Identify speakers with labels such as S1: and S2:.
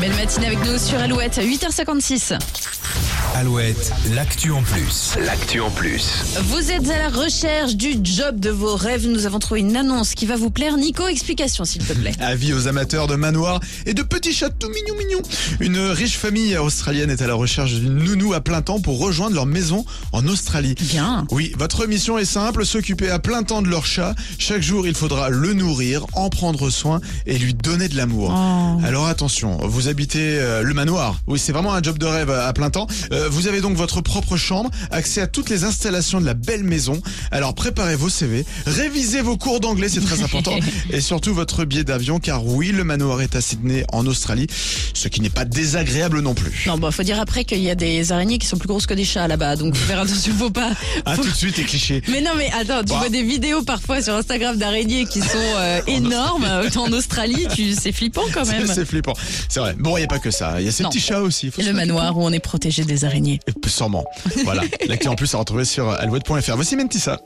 S1: Belle matinée avec nous sur Alouette, 8h56.
S2: Alouette, l'actu en plus.
S3: L'actu en plus.
S1: Vous êtes à la recherche du job de vos rêves. Nous avons trouvé une annonce qui va vous plaire. Nico, explication s'il te plaît.
S2: Avis aux amateurs de manoirs et de petits chats tout mignons mignons. Une riche famille australienne est à la recherche d'une nounou à plein temps pour rejoindre leur maison en Australie.
S1: Bien.
S2: Oui, votre mission est simple, s'occuper à plein temps de leur chat. Chaque jour, il faudra le nourrir, en prendre soin et lui donner de l'amour.
S1: Oh.
S2: Alors attention, vous habitez euh, le manoir. Oui, c'est vraiment un job de rêve à à plein temps. Euh, vous avez donc votre propre chambre, accès à toutes les installations de la belle maison. Alors préparez vos CV, révisez vos cours d'anglais, c'est très important, et surtout votre billet d'avion, car oui, le manoir est à Sydney en Australie, ce qui n'est pas désagréable non plus.
S1: Non, bah, faut dire après qu'il y a des araignées qui sont plus grosses que des chats là-bas. Donc, faut faire attention, faut pas.
S2: Ah,
S1: faut-
S2: tout de suite, les clichés.
S1: Mais non, mais attends, tu
S2: Bah.
S1: vois des vidéos parfois sur Instagram d'araignées qui sont euh, énormes. Autant en Australie, tu... c'est flippant quand même.
S2: C'est flippant. C'est vrai. Bon, il n'y a pas que ça. Il y a ces
S1: Non.
S2: petits chats aussi. Faut
S1: Et
S2: se
S1: le
S2: faire-
S1: manoir où on est protégé des araignées.
S2: Et Sûrement. Voilà. L'actu en plus à retrouver sur alouette.fr. Voici Mentissa.